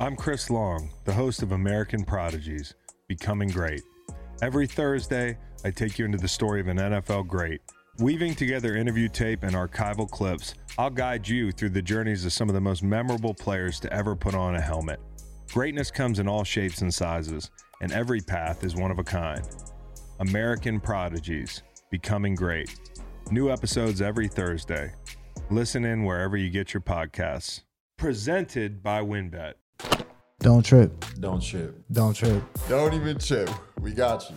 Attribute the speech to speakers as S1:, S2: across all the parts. S1: I'm Chris Long, the host of American Prodigies Becoming Great. Every Thursday, I take you into the story of an NFL great. Weaving together interview tape and archival clips, I'll guide you through the journeys of some of the most memorable players to ever put on a helmet. Greatness comes in all shapes and sizes, and every path is one of a kind. American Prodigies Becoming Great. New episodes every Thursday. Listen in wherever you get your podcasts. Presented by WinBet.
S2: Don't trip.
S3: Don't chip.
S2: Don't trip.
S4: Don't even chip. We got you.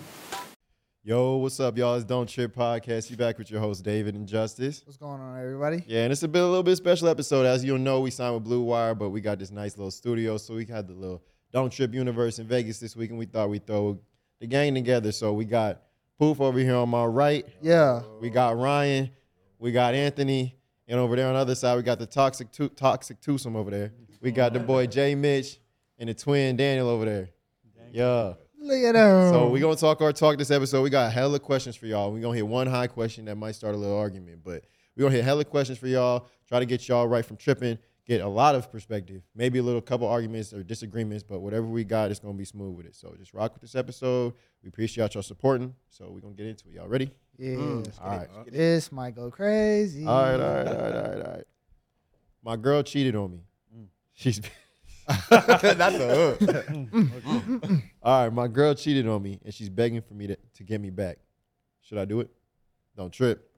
S4: Yo, what's up, y'all? It's Don't Trip Podcast. You back with your host, David and Justice.
S2: What's going on, everybody?
S4: Yeah, and it's a bit a little bit special episode. As you'll know, we signed with Blue Wire, but we got this nice little studio. So we had the little Don't Trip Universe in Vegas this week, and we thought we'd throw the gang together. So we got Poof over here on my right.
S2: Yeah.
S4: We got Ryan. We got Anthony. And over there on the other side, we got the toxic two, toxic twosome over there. We got the boy Jay Mitch and the twin Daniel over there. Yeah.
S2: Look at them.
S4: So we're gonna talk our talk this episode. We got hella questions for y'all. We're gonna hit one high question that might start a little argument, but we're gonna hit hella questions for y'all, try to get y'all right from tripping, get a lot of perspective, maybe a little couple arguments or disagreements, but whatever we got, it's gonna be smooth with it. So just rock with this episode. We appreciate y'all supporting. So we're gonna get into it. Y'all ready?
S2: yeah.
S4: All right.
S2: This might go crazy.
S4: All right, all right, all right, all right, all right. My girl cheated on me. She's that's a hook. all right, my girl cheated on me, and she's begging for me to, to get me back. Should I do it? Don't trip.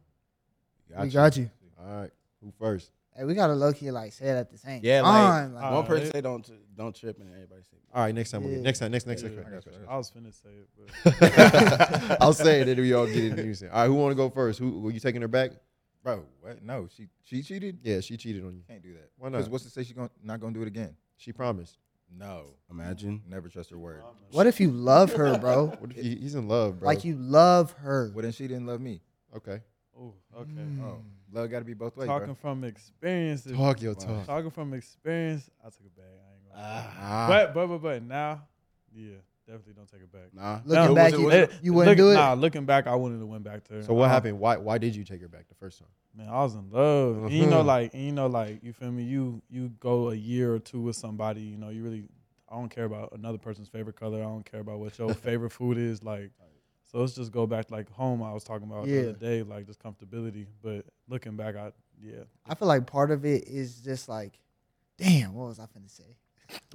S2: We got you.
S4: All right, who first?
S2: Hey, we gotta low key like say it at the same
S5: Yeah,
S2: time.
S5: like,
S6: uh,
S5: one person say don't don't trip and everybody say
S4: All right, next time we
S2: Yeah.
S4: get next time next next next. next,
S7: I was finna say it, but
S4: next. I'll say it, and we all get it. in unison. All right, who want to go first? Who were you taking her back?
S7: bro, what? No, she she cheated.
S4: Yeah, she cheated on you.
S7: Can't do that.
S4: Why
S7: 'Cause
S4: not?
S7: What's to say she gon' not gonna do it again?
S4: She promised.
S7: No,
S5: imagine.
S7: never trust her word.
S2: What if you love her, bro?
S4: What if he, he's in love, bro?
S2: Like you love her.
S7: Well, then she didn't love me.
S4: Okay.
S7: Oh, okay.
S2: Mm.
S7: Oh, love got to be both ways,
S6: Talking
S7: bro.
S6: from experience. if-
S4: Talk your talk.
S6: Talking from experience, I took it back. I ain't gonna.
S4: Ah.
S6: but but but but now, yeah, definitely don't take it back.
S5: Nah.
S2: Looking
S6: No,
S2: back,
S5: was it-
S2: you,
S5: was it-
S2: you wouldn't do it.
S6: Nah, looking back, I wouldn't have went back to her.
S4: So
S7: Uh-huh.
S4: what
S6: I-
S4: happened? Why why did you take her back the first time?
S6: Man, I was in love. And you
S2: Uh-huh.
S6: know,
S4: Mhm.
S6: like and you know, like you feel me. You you go a year or two with somebody. You know, you really. I don't care about another person's favorite color. I don't care about what your favorite food is. Like, so let's just go back like home. I was talking about
S2: Yeah.
S6: the other day, like just comfortability. But looking back, I yeah,
S2: I feel like part of it is just like, damn, what was I finna say?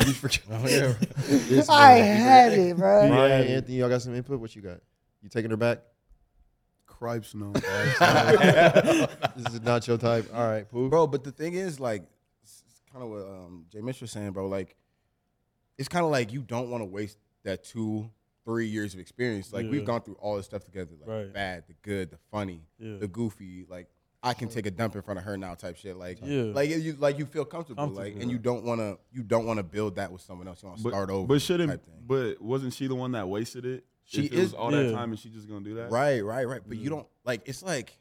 S4: You forget.
S7: Oh,
S2: I had it, bro.
S4: Brian, Anthony, y'all got some input? What you got? You taking her back?
S5: Cripes no.
S4: This is not your type. All right, Pooh.
S5: bro, but the thing is, like, it's kind of what um, Jay Mitch was saying, bro. Like, it's kind of like you don't want to waste that two, three years of experience. Like,
S6: Yeah.
S5: we've gone through all this stuff together, like
S6: Right.
S5: the bad, the good, the funny,
S6: Yeah.
S5: the goofy. Like, I can take a dump in front of her now, type shit. Like,
S6: Yeah.
S5: like you, like you feel comfortable, like,
S6: Comfortable.
S5: and you don't want to, you don't want to build that with someone else. You want to
S8: But-
S5: start over.
S8: But shouldn't?
S5: type thing.
S8: But wasn't she the one that wasted it?
S5: She
S8: If it was
S5: is-
S8: all
S6: yeah.
S8: that time, and she just gonna do that?
S5: Right, right, right. But you don't like. It's like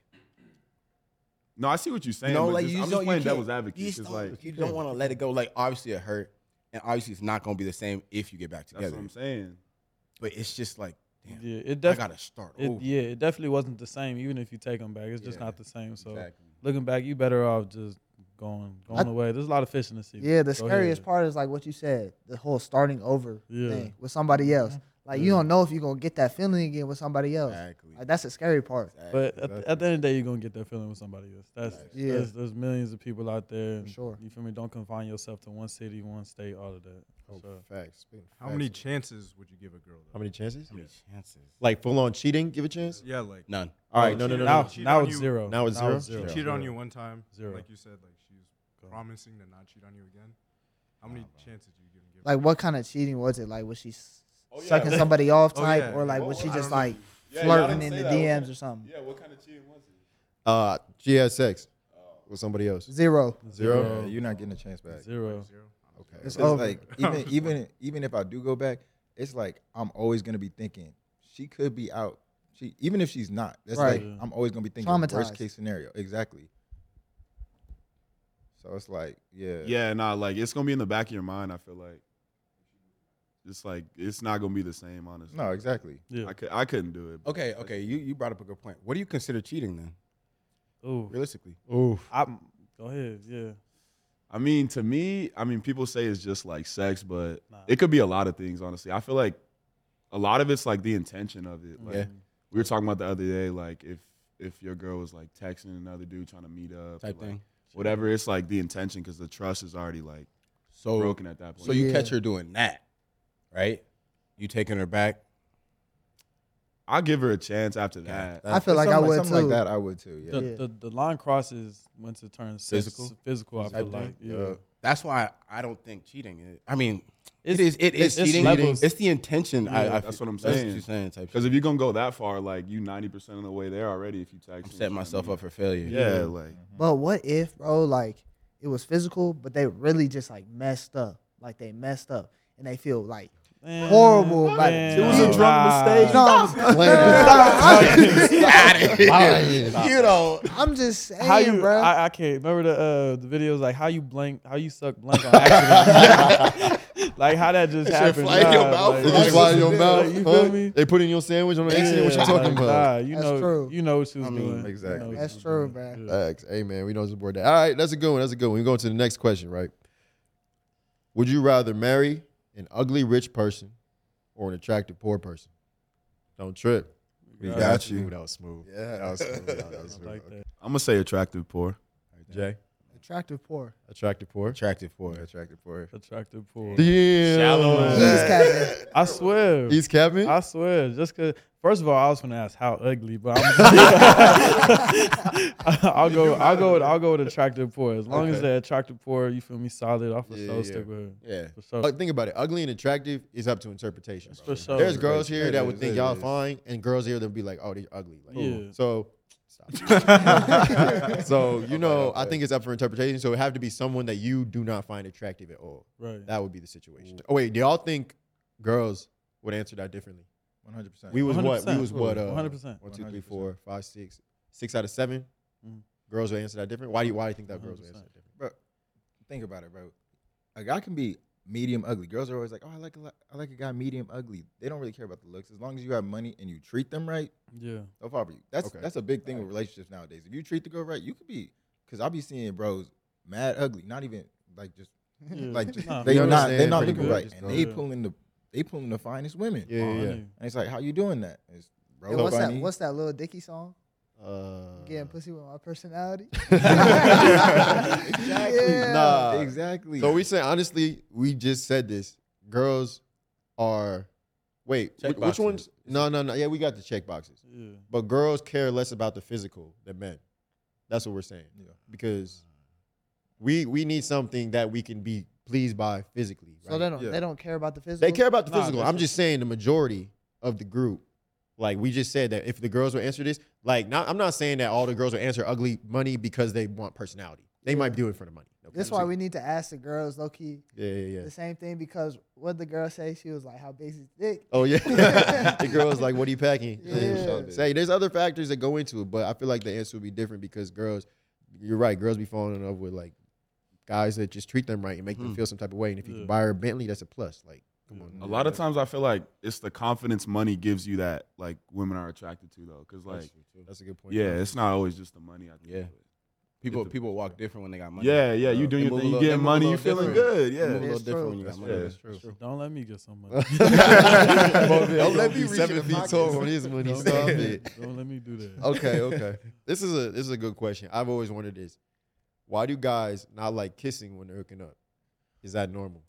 S8: No, I see what you're saying.
S5: no,
S8: but
S5: like
S8: just-
S5: you
S8: I'm
S5: don't.
S8: just playing
S5: you can't-
S8: devil's advocate.
S5: You just
S8: It's
S5: don't-
S8: like
S5: you don't want to let it go. Like obviously it hurt, and obviously it's not gonna be the same if you get back
S8: that's
S5: together.
S8: what I'm saying.
S5: But it's just like, damn,
S6: yeah. It
S5: I
S6: definitely
S5: gotta start
S6: It,
S5: over.
S6: yeah, it definitely wasn't the same. Even if you take them back, it's just
S5: Yeah,
S6: not the same. So
S5: exactly.
S6: looking back, you better off just going going
S2: I-
S6: away. There's a lot of fish in the sea.
S2: Yeah, the
S6: Go
S2: scariest
S6: ahead.
S2: part is like what you said, the whole starting over
S6: Yeah.
S2: thing with somebody else. Like you
S6: Yeah.
S2: don't know if you're gonna get that feeling again with somebody else.
S5: Exactly.
S2: Like that's the scary part.
S6: But at, the- at the end of the day, you're gonna get that feeling with somebody else. That's
S2: Yeah.
S6: yeah. There's, there's millions of people out there. and
S2: sure.
S6: You feel me? Don't confine yourself to one city, one state, all of that.
S4: Oh,
S6: So,
S4: facts. Speaking of
S7: How many
S4: facts.
S7: chances would you give a girl?
S4: How many chances?
S5: How many chances?
S4: Like full on cheating? Give a chance.
S7: Yeah, like
S5: None.
S4: All right, no, no, no,
S6: now,
S4: no.
S7: cheated
S6: now
S7: on
S6: it's
S7: you-
S6: zero.
S4: now it's
S6: it's
S4: zero?
S6: zero.
S7: cheated on you one time.
S6: Zero.
S7: Like you said, like she's promising to not cheat on you again. How many chances do you give? give
S2: Like what kind of cheating was it? Like was she s sucking somebody off
S7: Oh,
S2: type,
S7: yeah.
S2: or like
S8: What
S2: was she
S8: was- I
S2: just
S8: don't know.
S2: like
S8: Yeah, y'all
S2: flirting
S8: didn't
S2: in
S8: say
S2: the
S8: that. What
S2: DMs
S8: kind-
S2: or something?
S8: Yeah, what kind of cheating was it?
S4: Uh, she had sex with somebody else.
S2: Zero.
S4: Zero.
S7: Yeah, you're not getting a chance back.
S6: Zero.
S7: Okay.
S2: It's
S7: It's
S2: over.
S7: like even even even if I do go back, it's like I'm always gonna be thinking she could be out. She even if she's not, that's
S2: Right.
S7: like I'm always gonna be thinking
S2: Traumatized.
S7: worst case scenario. Exactly. So it's like yeah,
S8: Yeah, nah, like it's gonna be in the back of your mind. I feel like it's like it's not gonna be the same. Honestly,
S7: No, exactly.
S6: Yeah.
S8: I could I couldn't do it. but-
S5: Okay, okay. You you brought up a good point. What do you consider cheating then,
S6: Ooh.
S5: realistically?
S4: Oof.
S6: I'm, go ahead. Yeah.
S8: I mean, to me, I mean, people say it's just like sex, but
S6: Nah.
S8: it could be a lot of things. Honestly, I feel like a lot of it's like the intention of it. Like,
S4: Yeah.
S8: We were talking about the other day, like if if your girl was like texting another dude trying to meet up,
S5: type
S8: like,
S5: thing.
S8: whatever. It's like the intention because the trust is already like
S5: So
S8: broken at that point.
S5: Oh. so you
S2: Yeah.
S5: catch her doing that, right? You taking her back.
S8: I'll give her a chance after that.
S2: I feel like I
S7: Something
S2: would
S7: something
S2: too.
S7: like that. I would too. Yeah.
S6: The,
S2: Yeah.
S6: the, the line crosses once it turns
S5: Physical?
S6: phys- Physical, I feel
S5: Type
S6: like.
S5: thing?
S6: Yeah.
S5: Uh, that's why I don't think cheating. Is, I mean,
S6: It's-
S5: it's, it is. It is
S6: it's
S5: cheating.
S6: levels.
S5: It's the intention. I,
S8: Yeah,
S5: I
S8: that's
S5: feel-
S8: what I'm
S5: That's
S8: saying.
S5: what you're saying. Type
S8: Because
S5: shit.
S8: if you're gonna go that far, like you ninety percent of the way there already. If you text,
S5: I'm
S8: and
S5: setting
S8: try to
S5: myself
S8: meet
S5: up for failure.
S8: Yeah, like
S2: But what if, bro, like it was physical, but they really just like messed up. Like they messed up and they feel like
S6: Man,
S2: horrible about it.
S6: man,
S2: It was a
S6: nah.
S5: drunk mistake.
S2: no, I'm,
S5: you know,
S2: I'm just saying,
S6: How you,
S2: bro.
S6: I, I can't remember the uh, the videos like how you blank, how you suck blank on accident, like how that just happened.
S5: fly in
S6: nah,
S5: your mouth,
S6: like,
S5: bro.
S4: Just fly in your
S6: like,
S4: mouth.
S6: you
S4: huh?
S6: feel me?
S4: They put in your sandwich on the accident. What you
S6: Yeah,
S4: talking
S6: like,
S4: about?
S6: Nah, you
S2: That's
S6: know,
S2: true.
S6: you know what she was
S5: I mean,
S6: doing.
S7: exactly.
S6: You know what she
S2: That's
S6: was
S2: true, bro.
S6: doing. Yeah.
S4: Facts. Hey man, we don't support that. All right, that's a good one. That's a good one. We're going to the next question, right? Would you rather marry an ugly rich person or an attractive poor person? Don't trip.
S6: We
S4: Ooh,
S6: got
S4: that was
S5: you.
S4: smooth. That was smooth. Yeah. That was smooth. That was
S6: I
S4: smooth.
S6: like that.
S8: I'm gonna say attractive poor.
S4: Jay.
S2: Attractive poor.
S4: Attractive poor.
S5: attractive for it.
S7: Attractive for
S6: Attractive pool.
S4: Yeah.
S6: Shallow.
S2: He's Kevin.
S6: I swear.
S4: He's Kevin.
S6: I swear, just cause. First of all, I was gonna ask how ugly, but I'm, I'll go. I'll go. With, I'll go with attractive poor. As long as
S4: Okay.
S6: they're attractive poor, you feel me? Solid. I'll for
S4: Yeah,
S6: sure
S4: yeah.
S6: stick with her.
S5: Yeah.
S6: For sure.
S4: Uh, think about it. Ugly and attractive is up to interpretation.
S6: for
S4: bro.
S6: sure.
S4: There's girls here
S7: It
S4: that
S7: is,
S4: would think
S7: it
S4: y'all
S7: is.
S4: fine, and girls here that would be like, "Oh, they're ugly." Like,
S6: Yeah.
S4: So,
S7: it.
S4: so you know, I
S7: okay.
S4: think it's up for interpretation. So it have to be someone that you do not find attractive at all.
S6: right.
S4: That would be the situation. Oh wait, do y'all think girls would answer that differently?
S7: One hundred percent.
S4: We was what? We
S6: 100%.
S4: was what? Uh,
S6: 100%.
S4: One, two, three,
S7: 100%.
S4: four, five, six, six out of 7
S6: Mhm.
S4: Girls would answer that different. Why do you? Why do you think that girls would
S6: 100%.
S4: answer that different?
S7: think about it, bro. A guy can be medium ugly. Girls are always like, "Oh, I like a li- I like a guy medium ugly." They don't really care about the looks as long as you have money and you treat them right.
S6: Yeah.
S7: They'll follow you. That's
S4: Okay.
S7: that's a big thing with relationships nowadays. If you treat the girl right, you could be. Because I'll be seeing bros mad ugly, not even like just
S6: yeah.
S7: like just,
S6: Nah,
S7: they
S4: You
S7: are not they're
S4: understand
S7: not
S4: pretty
S7: looking
S6: good,
S7: right,
S6: just
S7: and
S6: know
S7: they
S6: that.
S7: pulling the they pulling the finest women.
S4: Yeah, yeah, yeah.
S6: funny.
S7: And it's like, how you doing that? It's
S2: And
S7: bro
S2: what's that?
S7: funny.
S2: What's that little Dicky song?
S4: Uh,
S2: Getting pussy with my personality.
S7: exactly.
S2: Yeah.
S4: Nah.
S7: Exactly.
S4: So we say honestly, we just said this. Girls are wait,
S5: Check
S4: wh- which
S5: boxes.
S4: ones? No, no, no. Yeah, we got the check boxes.
S6: Yeah.
S4: But girls care less about the physical than men. That's what we're saying.
S7: Yeah.
S4: Because we we need something that we can be pleased by physically.
S2: So they
S4: right?
S2: don't
S7: Yeah.
S2: they don't care about the physical.
S4: they care about the
S6: Nah,
S4: physical.
S6: that's
S4: I'm
S6: what-
S4: just saying the majority of the group. Like we just said that if the girls would answer this, like not, I'm not saying that all the girls would answer ugly money because they want personality. They might do it for the money. No
S2: That's
S4: cap.
S2: why we need to ask the girls, low key,
S4: Yeah, yeah, yeah.
S2: the same thing because what the girl say, she was like, "How big is his dick?"
S4: Oh yeah, the girl's like, "What are you packing?"
S2: Yeah.
S4: Say, there's other factors that go into it, but I feel like the answer would be different because girls, you're right, girls be falling in love with like guys that just treat them right and make them
S5: Mhm.
S4: feel some type of way, and if you
S6: Yeah.
S4: can buy her a Bentley, that's a plus. Like, come on,
S8: A lot of times, I feel like it's the confidence money gives you that like women are attracted to though, because like
S4: that's a good point.
S8: yeah, it's not always just the money. I think.
S5: Yeah. people
S8: It's a-
S5: people walk different when they got money.
S8: yeah, yeah.
S5: They
S8: You doing your
S5: move a
S8: thing, you
S5: little- they
S8: getting
S5: move a
S8: money, you
S5: little
S8: feeling
S5: different. They
S8: good.
S5: move a
S8: Yeah,
S5: little
S2: It's
S5: different
S2: true.
S5: when you got money.
S8: yeah.
S4: That's true.
S6: Don't let me get so much.
S4: Don't let me
S7: reach in
S4: seven
S7: the
S4: feet
S7: pockets.
S4: tall on his money.
S6: Don't,
S4: Stop
S6: let me-
S4: it. Oh,
S6: don't let me do that.
S4: Okay, okay. This is a this is a good question. I've always wondered this: Why do guys not like kissing when they're hooking up? Is that normal?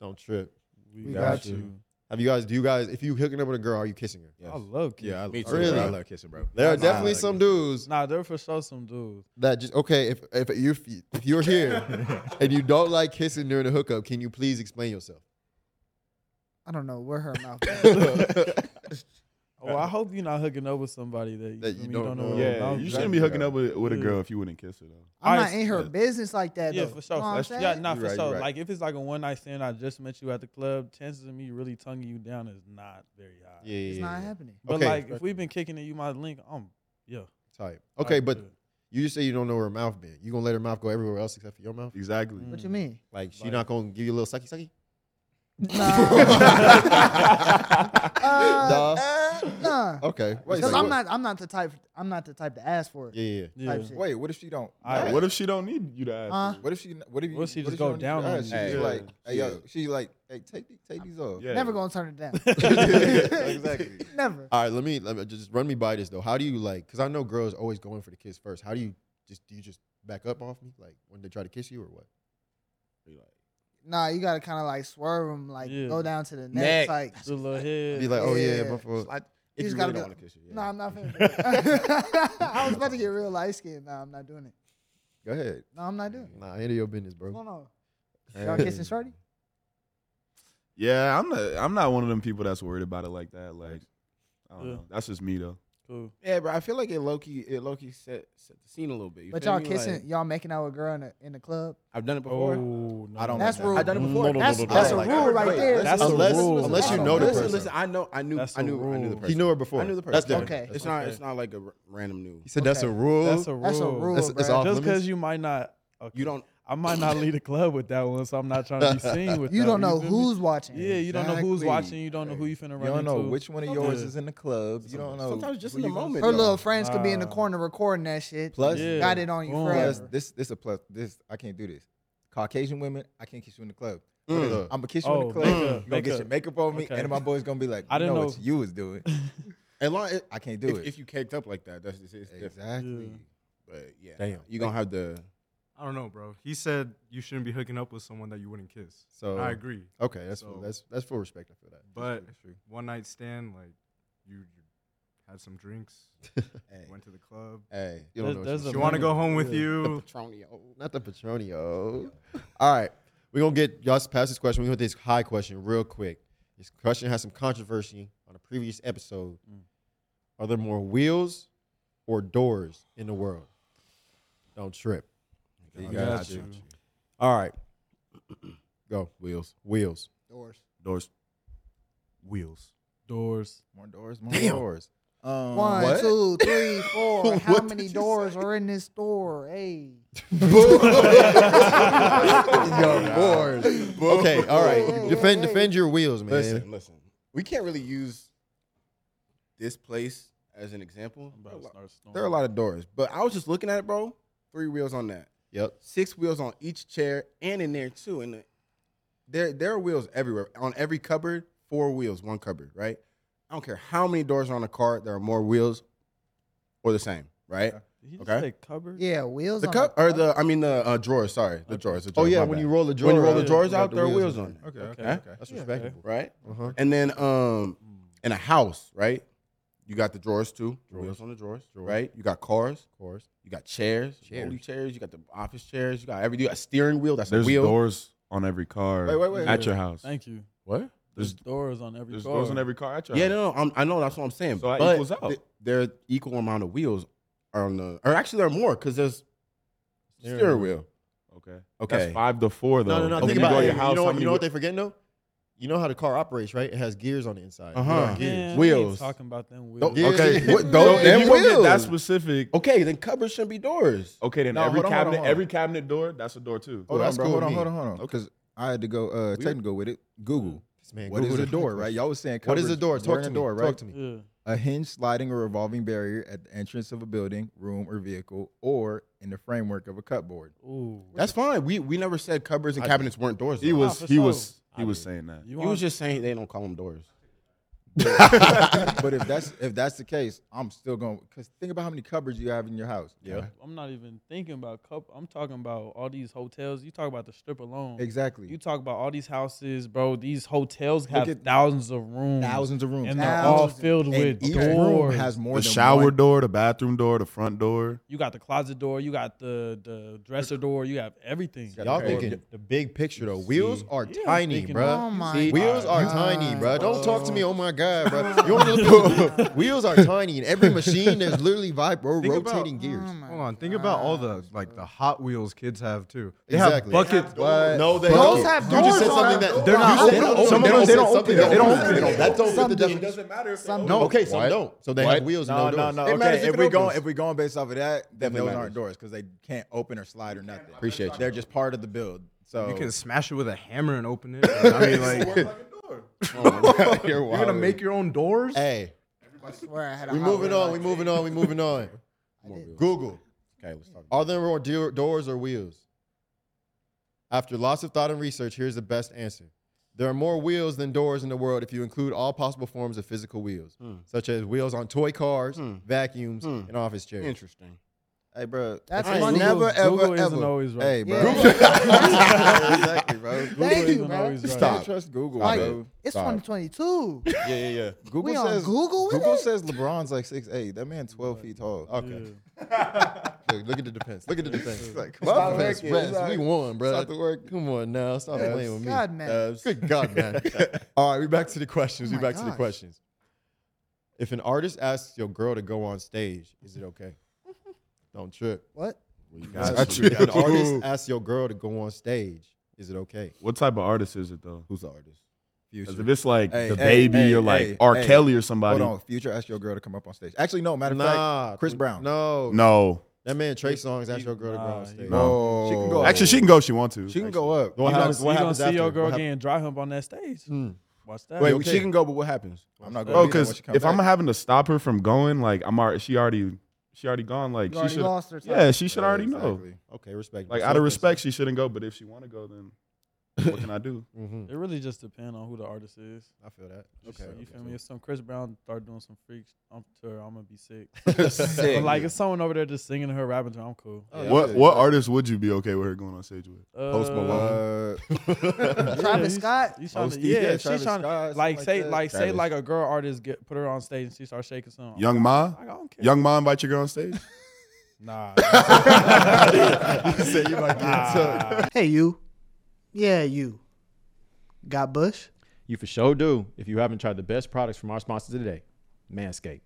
S4: Don't trip.
S6: We,
S2: We
S6: got,
S2: got
S6: you.
S4: Have you guys? Do you guys? If you hooking up with a girl, are you kissing her?
S5: Yes.
S6: I love kids.
S7: yeah, I,
S5: Me
S7: I
S5: too,
S7: really
S4: bro.
S7: I love kissing, bro.
S4: There are
S5: Nah,
S4: definitely
S5: like-
S4: some dudes
S6: Nah, there for sure some dudes.
S4: that just okay. If if you if you're here and you don't like kissing during the hookup, can you please explain yourself?
S2: I don't know where her mouth.
S6: Well, I hope you're not hooking up with somebody that you,
S4: Uh, That
S6: feel
S4: you
S6: me,
S4: don't know.
S6: where
S8: Yeah,
S6: their mouth
S8: you
S6: is.
S8: shouldn't be hooking up with, with a girl if you wouldn't kiss her though.
S2: I'm
S6: I-
S2: not in her
S8: yeah.
S2: business like that.
S6: Yeah,
S2: though.
S6: for sure.
S2: Know what I'm
S6: That's- yeah,
S2: saying?
S6: nah,
S7: You're
S6: for
S7: right,
S6: sure.
S7: you're right.
S6: Like if it's like a one night stand, I just met you at the club. Chances of me really tonguing you down is not very high.
S4: Yeah,
S2: It's not happening.
S6: But
S4: Okay.
S6: like if we've been kicking it, you my link. Um, yeah.
S4: Type. Okay,
S6: I
S4: but
S6: could.
S4: you just say you don't know where her mouth been. You gonna let her mouth go everywhere else except for your mouth?
S8: Exactly.
S2: What you
S6: Mm.
S2: mean?
S4: Like she not gonna give you a little sucky sucky?
S2: Nah. Uh,
S4: Nah.
S2: uh, What?
S4: Oh,
S2: Nah.
S7: Okay. Wait.
S2: Because
S7: so
S2: I'm
S7: what-
S2: not. I'm not the type. I'm not the type to ask for it.
S4: Yeah, yeah.
S6: Yeah.
S2: Type shit.
S7: Wait. What if she don't?
S6: I-
S7: ask?
S8: What if she don't need you to ask?
S2: Huh?
S7: What if she? What if you?
S6: What if she just
S7: you
S6: go
S7: don't need
S6: down
S7: to
S6: on
S7: ask?
S6: you?
S7: She's
S8: Yeah.
S7: like, hey
S5: Yeah.
S7: yo. She's like, hey, take these, take these off.
S8: Yeah.
S2: Never gonna turn it down.
S7: exactly.
S2: Never.
S4: All right, let me let me just run me by this though. How do you like? Because I know girls always going for the kiss first. How do you just do you just back up off me like when they try to kiss you or what?
S2: Nah, you gotta kind of like swerve them, like
S6: Yeah.
S2: go down to the
S5: Neck.
S2: neck. Like,
S6: Do a little head.
S4: Be like, oh yeah,
S2: Yeah.
S4: my fault.
S5: Slide-
S2: You
S5: If you,
S2: just
S5: really
S2: gotta
S5: don't
S2: be-
S5: want to kiss her, yeah.
S2: nah, I'm not finna. I was about to get real light skinned. Nah, I'm not doing it.
S7: Go ahead.
S2: No, I'm not doing it.
S4: Nah, handle your business,
S2: What's
S4: bro.
S2: going on? Y'all kissing shorty?
S8: Yeah, I'm not. I'm not one of them people that's worried about it like that. Like, I don't
S6: Yeah.
S8: know. That's just me though.
S6: Cool.
S5: yeah, bro. I feel like it low key, it low key set, set the scene a little bit. You
S2: But
S5: feel
S2: y'all
S5: me?
S2: kissing,
S5: Like,
S2: y'all making out with a girl in the, in the club.
S5: I've done it before.
S6: Oh, no.
S7: I don't.
S2: That's
S7: like that.
S2: rude.
S5: I've done it before.
S6: No, no, no,
S2: That's
S6: no, no,
S2: that's
S6: no.
S2: a
S6: Like,
S2: rule right
S5: wait,
S2: there.
S6: That's a
S4: unless
S6: rule.
S4: unless you
S2: That's a
S4: know the
S2: rule.
S5: listen,
S4: person.
S5: listen. I know. I knew.
S6: That's
S5: I knew.
S6: a
S5: I knew the
S6: rule.
S5: person.
S4: He knew her before.
S5: I knew the person.
S4: That's different.
S2: Okay.
S5: It's
S4: That's
S5: not.
S6: okay.
S5: It's not like a r- random new.
S4: He said that's a
S2: Okay.
S4: rule.
S6: That's a rule.
S2: That's a rule,
S4: That's- that's
S2: bruh.
S4: off
S6: Just
S4: limits.
S6: because you might not. okay.
S5: You don't.
S6: I might not lead a club with that one, so I'm not trying to be seen with.
S2: You
S6: that
S2: don't
S6: one,
S2: know
S6: feel me?
S2: who's watching.
S6: Yeah, you don't know who's
S5: Exactly.
S6: watching. You don't know who you finna run
S7: You don't know
S6: into.
S7: which one of yours
S6: Yeah.
S7: is in the club. You don't know.
S5: Sometimes just
S7: who
S5: in the
S7: you gonna
S5: moment,
S2: Her
S5: though.
S2: little friends could be in the
S6: Nah.
S2: corner recording that shit.
S7: Plus,
S6: Yeah.
S2: got it on you
S6: Boom.
S2: forever.
S7: plus this this a plus. This I can't do this. Caucasian women, I can't kiss you in the club.
S5: Mm.
S7: I'm gonna kiss you in
S6: Oh,
S7: the club.
S6: makeup,
S7: you gonna get your
S6: makeup.
S7: makeup on me,
S6: Okay.
S7: and my boy's gonna be like,
S6: I
S7: I
S6: didn't
S7: didn't know,
S6: know-
S7: what you was doing.
S5: As long as,
S7: I can't do
S5: if,
S7: it.
S5: if you caked up like that, that's it's, it's different.
S7: exactly.
S5: But yeah,
S7: Damn.
S5: you gonna have the.
S3: I don't know, bro. He said you shouldn't be hooking up with someone that you wouldn't kiss.
S7: So
S3: I agree.
S4: Okay, that's
S3: So-
S4: that's that's full respect. I feel that.
S3: But
S7: That's true.
S3: one night stand, like you, you had some drinks,
S5: Hey,
S3: went to the club.
S5: hey.
S4: You don't
S6: There's-
S4: know. what
S6: there's
S4: she-
S6: a
S3: She want to
S6: minute.
S3: go home with
S6: Yeah.
S3: you.
S5: Petronio.
S4: Not the Petronio. All right. We're going to get y'all past this question. We're going to this high question real quick. This question has some controversy on a previous episode. Are there more wheels or doors in the world? Don't trip.
S8: I
S6: got
S8: got
S6: you.
S8: you.
S4: All right. Go.
S8: Wheels,
S4: Wheels.
S2: Doors.
S8: doors, wheels.
S6: doors.
S7: More doors, more
S4: Damn.
S7: doors. Um,
S2: One,
S7: what?
S2: two, three, four. How
S4: What
S2: many
S4: did you
S2: doors are in this store? Hey.
S4: Yo, doors. Okay. All right. Defend defend your wheels, man.
S5: Listen, listen. We can't really use this place as an example.
S6: I'm about to start
S5: There are a
S6: snoring.
S5: lot of doors, but I was just looking at it, bro. Three wheels on that,
S4: Yep.
S5: six wheels on each chair, and in there too. And there, there are wheels everywhere. On every cupboard, four wheels, one cupboard, right? I don't care how many doors are on a car. There are more wheels, or the same, right?
S6: Did he just
S5: Okay.
S6: say cupboard?
S2: Yeah, wheels
S5: The
S2: on
S5: cup or the, I mean the uh, drawers. Sorry, the drawers. The
S4: Oh
S5: drawers
S4: yeah.
S5: my
S4: When
S5: bad.
S4: you roll the drawer,
S5: when you roll the
S4: out,
S5: drawers
S4: got
S5: out, there are wheels
S4: in
S5: on it,
S4: there.
S7: Okay,
S6: Okay,
S7: okay,
S5: Huh?
S7: okay.
S4: That's
S6: Yeah,
S4: respectable.
S5: right?
S4: Uh-huh.
S5: And then um in a house, right? You got the drawers too. Drawers on the drawers, right? You got cars,
S4: course.
S5: you got chairs,
S4: Chairs.
S5: rolling chairs, you got the office chairs, you got everything. You got a steering wheel, that's
S8: There's
S5: a wheel.
S8: doors on every car
S7: Wait, wait, wait,
S8: at
S7: wait.
S8: your house.
S6: Thank you.
S5: What?
S6: There's
S8: There's
S6: doors on every
S8: there's
S6: car.
S8: doors on every car at your
S5: Yeah,
S8: house.
S5: no, no, I'm, I know that's what I'm saying.
S8: So that
S5: but
S8: equals out.
S5: th- there are equal amount of wheels are on the or actually there are more because there's steering wheel.
S8: Okay.
S5: Okay.
S8: That's five to four though.
S4: No, no, no.
S8: If
S4: Think
S8: you
S4: about
S8: go
S4: it.
S8: to your
S4: You
S8: house.
S4: know,
S8: how
S4: what-
S8: many
S4: you know what
S8: whe-
S4: they forgetting though? You know how the car operates, right? It has gears on the inside.
S5: Uh-huh.
S4: You know, gears.
S6: Man,
S5: Wheels.
S6: Talking about them wheels.
S5: Don't-
S4: Yeah.
S8: Okay.
S5: What-
S8: So
S5: those
S8: if
S5: damn
S8: you gonna get that
S5: wheels.
S8: specific.
S5: Okay, then cupboards shouldn't be doors.
S8: Okay, then
S7: No,
S8: every
S7: hold on, hold on,
S8: cabinet,
S7: hold on.
S8: every cabinet door, that's a door
S7: Hold
S8: too.
S4: Oh,
S7: on,
S4: that's
S7: bro.
S4: cool
S7: Hold
S4: with
S7: on,
S4: me.
S7: hold on, hold on. Because I had to go uh, technical with it. Google.
S4: This man
S7: What is
S4: Googled
S7: a
S4: it.
S7: door, right? Y'all was saying
S4: What is a
S7: covers
S4: door?
S7: during
S4: Talk
S7: a
S4: to me.
S7: door, right?
S4: Talk to me.
S6: Yeah.
S7: A hinge, sliding, or revolving barrier at the entrance of a building, room, or vehicle, or in the framework of a cupboard.
S6: Ooh.
S5: That's fine. We we never said cupboards and cabinets weren't doors.
S8: He
S5: though.
S8: was
S6: for
S8: he
S6: sure.
S8: was he was saying that.
S6: You
S5: he was
S6: want
S5: just saying they don't call them doors.
S7: but if that's if that's the case, I'm still going. Because think about how many cupboards you have in your house.
S5: Yeah.
S6: I'm not even thinking about cup. I'm talking about all these hotels. You talk about the strip alone.
S7: Exactly.
S6: You talk about all these houses, bro. These hotels have
S7: at-
S6: thousands of rooms.
S7: Thousands of rooms.
S6: And they're all
S2: Thousands.
S6: filled
S7: And
S6: with
S7: each room
S6: doors.
S7: has more
S8: The
S7: than
S8: shower
S7: one-
S8: door, the bathroom door, the front door.
S6: you got the closet door. You got the the dresser door. You have everything.
S4: Y'all thinking the big picture though. Wheels are
S6: Yeah, I'm
S4: tiny,
S6: thinking-
S4: bruh.
S2: Oh my
S4: Wheels are
S2: God.
S4: tiny, bruh. Don't talk to me. Oh my god, bruh. You wanna look at- wheels are tiny, and every machine there's literally vibe ro-
S3: Think about-
S4: rotating gears.
S2: Oh my
S3: Hold on, think about all the like the Hot Wheels kids have too. They
S4: Exactly.
S3: have buckets.
S4: No, they
S2: Those
S4: don't.
S2: have
S4: you just
S2: doors
S4: said something
S2: on
S4: that
S2: them. They're
S4: you
S3: not
S4: said
S3: open.
S4: don't
S3: Some of
S4: open.
S3: them- they
S4: said
S3: don't
S4: something
S3: open.
S4: that
S3: They don't open.
S4: They don't. That don't fit
S2: Some
S4: the
S2: do.
S4: definition.
S8: matter if
S2: Some
S4: No, okay, some
S5: What?
S4: don't. So they
S5: What?
S4: have wheels and
S7: No,
S4: no
S7: no,
S4: doors.
S7: no.
S5: It matters
S7: Okay,
S5: if
S7: if
S5: it
S7: we
S5: opens.
S7: going if we going based off of that, then
S5: Definitely
S7: those aren't
S5: matters.
S7: doors because they can't open or slide or nothing.
S5: Appreciate you.
S7: They're just part of the build. So
S4: Oh.
S3: You can smash it with a hammer and open it. I mean, like
S5: Oh my God,
S3: you're gonna
S5: wild.
S3: make your own doors.
S4: Hey,
S2: I swear I had a
S4: We
S2: hot
S4: moving
S2: one.
S4: on. We moving on. We moving on.
S5: More wheels.
S4: Google.
S5: Okay, let's talk.
S4: Are there more do- doors or wheels? After lots of thought and research, here's the best answer. There are more wheels than doors in the world if you include all possible forms of physical wheels, such as wheels on toy cars, vacuums, and office chairs.
S5: Interesting.
S7: Hey, bro.
S2: That's
S5: I ain't
S2: money.
S5: never ever
S6: Google isn't
S5: ever.
S6: always right.
S7: Hey, bro.
S2: Yeah.
S7: Yeah, exactly, bro. Google,
S2: Thank you,
S6: isn't
S2: bro.
S6: always right.
S4: Stop.
S7: Can't trust Google,
S2: Like,
S7: bro.
S2: it's
S4: Sorry.
S2: 2022.
S4: Yeah, yeah, yeah.
S7: Google
S2: we on Google with it?
S7: says LeBron's like six eight. That man twelve feet tall.
S4: Okay.
S6: Yeah.
S4: Look, look at the defense. Look at the defense.
S7: Like, come
S4: Stop
S7: on,
S4: defense
S7: man.
S4: rest.
S7: Stop.
S4: we won, bro.
S7: Stop the work.
S4: Come on now. Stop playing with me.
S2: God, man.
S4: Good God, man. All right, we back to the questions.
S2: Oh
S4: we
S2: my
S4: back to the
S2: gosh.
S4: questions. If an artist asks your girl to go on stage, is it okay? Don't trip.
S2: what?
S8: That's
S4: If an artist asks your girl to go on stage, is it okay?
S8: What type of artist is it though?
S5: Who's the artist?
S8: 'Cause if it's like
S7: Hey,
S8: the
S7: hey,
S8: baby
S7: hey,
S8: or like
S7: hey,
S8: R.
S7: hey.
S8: Kelly or somebody,
S7: Hold on. Future asked your girl to come up on stage. Actually, no. Matter of fact, Chris Brown.
S4: No.
S8: no.
S4: That man Trey Songs asked your girl to go
S6: Nah,
S4: on stage.
S6: you-
S8: No.
S7: She can go.
S8: Actually, she can go if she wants to.
S5: She can go up.
S4: What
S6: you
S4: happens,
S6: gonna,
S4: what
S6: you gonna
S4: happens
S6: see
S4: after?
S6: your girl
S4: What happens-
S6: getting dry hump on that stage? Watch that.
S5: Wait,
S4: You okay?
S5: she can go, but what happens?
S7: I'm not going.
S8: Oh, because if I'm having to stop her from going, like I'm already, she already, she already gone. Like
S2: You
S8: she
S2: already
S8: should.
S2: lost her.
S8: Yeah, she should already know.
S4: Okay, respect.
S8: Like out of respect, she shouldn't go. But if she want to go, then what can I do?
S4: Mm-hmm.
S6: It really just depends on who the artist is.
S4: I feel that.
S6: Okay,
S4: Okay.
S6: you feel me? If some Chris Brown start doing some freaks on tour, I'm gonna be sick.
S5: Sick.
S6: But like, if someone over there just singing to her, rapping to her, I'm cool.
S8: What what artist would you be okay with her going on stage with?
S6: Uh,
S7: Uh,
S2: Travis Scott?
S6: You trying
S7: oh,
S6: to,
S7: Steve,
S6: yeah,
S7: yeah,
S6: she's trying
S7: Travis Scott,
S6: to
S7: something
S6: like
S7: like
S6: say
S7: that.
S6: like say
S7: Travis.
S6: like a girl artist get put her on stage and she start shaking some.
S8: Young Ma,
S6: I don't care.
S8: Young Ma invite your girl on stage.
S6: Nah.
S7: said you might get took.
S2: Hey, you. Yeah, you. Got Bush?
S9: You for sure do if you haven't tried the best products from our sponsor today, Manscaped.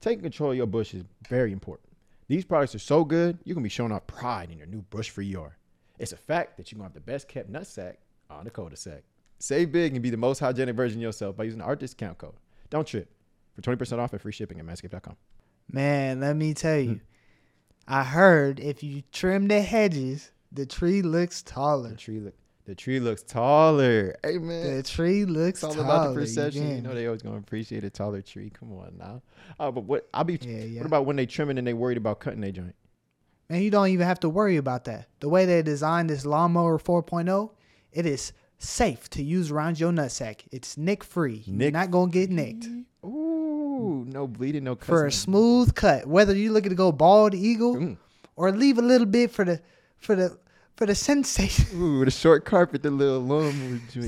S9: Taking control of your bush is very important. These products are so good, you're gonna be showing off pride in your new bush free yard. It's a fact that you're gonna have the best kept nut sack on the cul sack. Save big and be the most hygienic version of yourself by using our discount code. Don't trip for 20% off and free shipping at manscaped.com.
S2: Man, let me tell you. I heard if you trim the hedges, the tree looks taller.
S9: The tree look the tree looks taller. Hey man.
S2: The tree
S9: It's
S2: looks
S9: all
S2: taller.
S9: about the perception. You,
S2: get
S9: know
S2: me?
S9: they always gonna appreciate a taller tree. Come on now. Uh, but what I'll be
S2: Yeah, yeah.
S9: what about when they trimming and they worried about cutting their joint?
S2: Man, you don't even have to worry about that. The way they designed this lawnmower 4.0, it is safe to use around your nutsack. It's nick free. You're
S9: Nick-
S2: not going to get nicked.
S9: Ooh, no bleeding, no
S2: Mm. For
S9: cussing.
S2: a smooth cut, whether you're looking to go bald eagle
S9: Mm.
S2: or leave a little bit for the for the for the sensation.
S9: Ooh, the short carpet, the little lawnmower joint.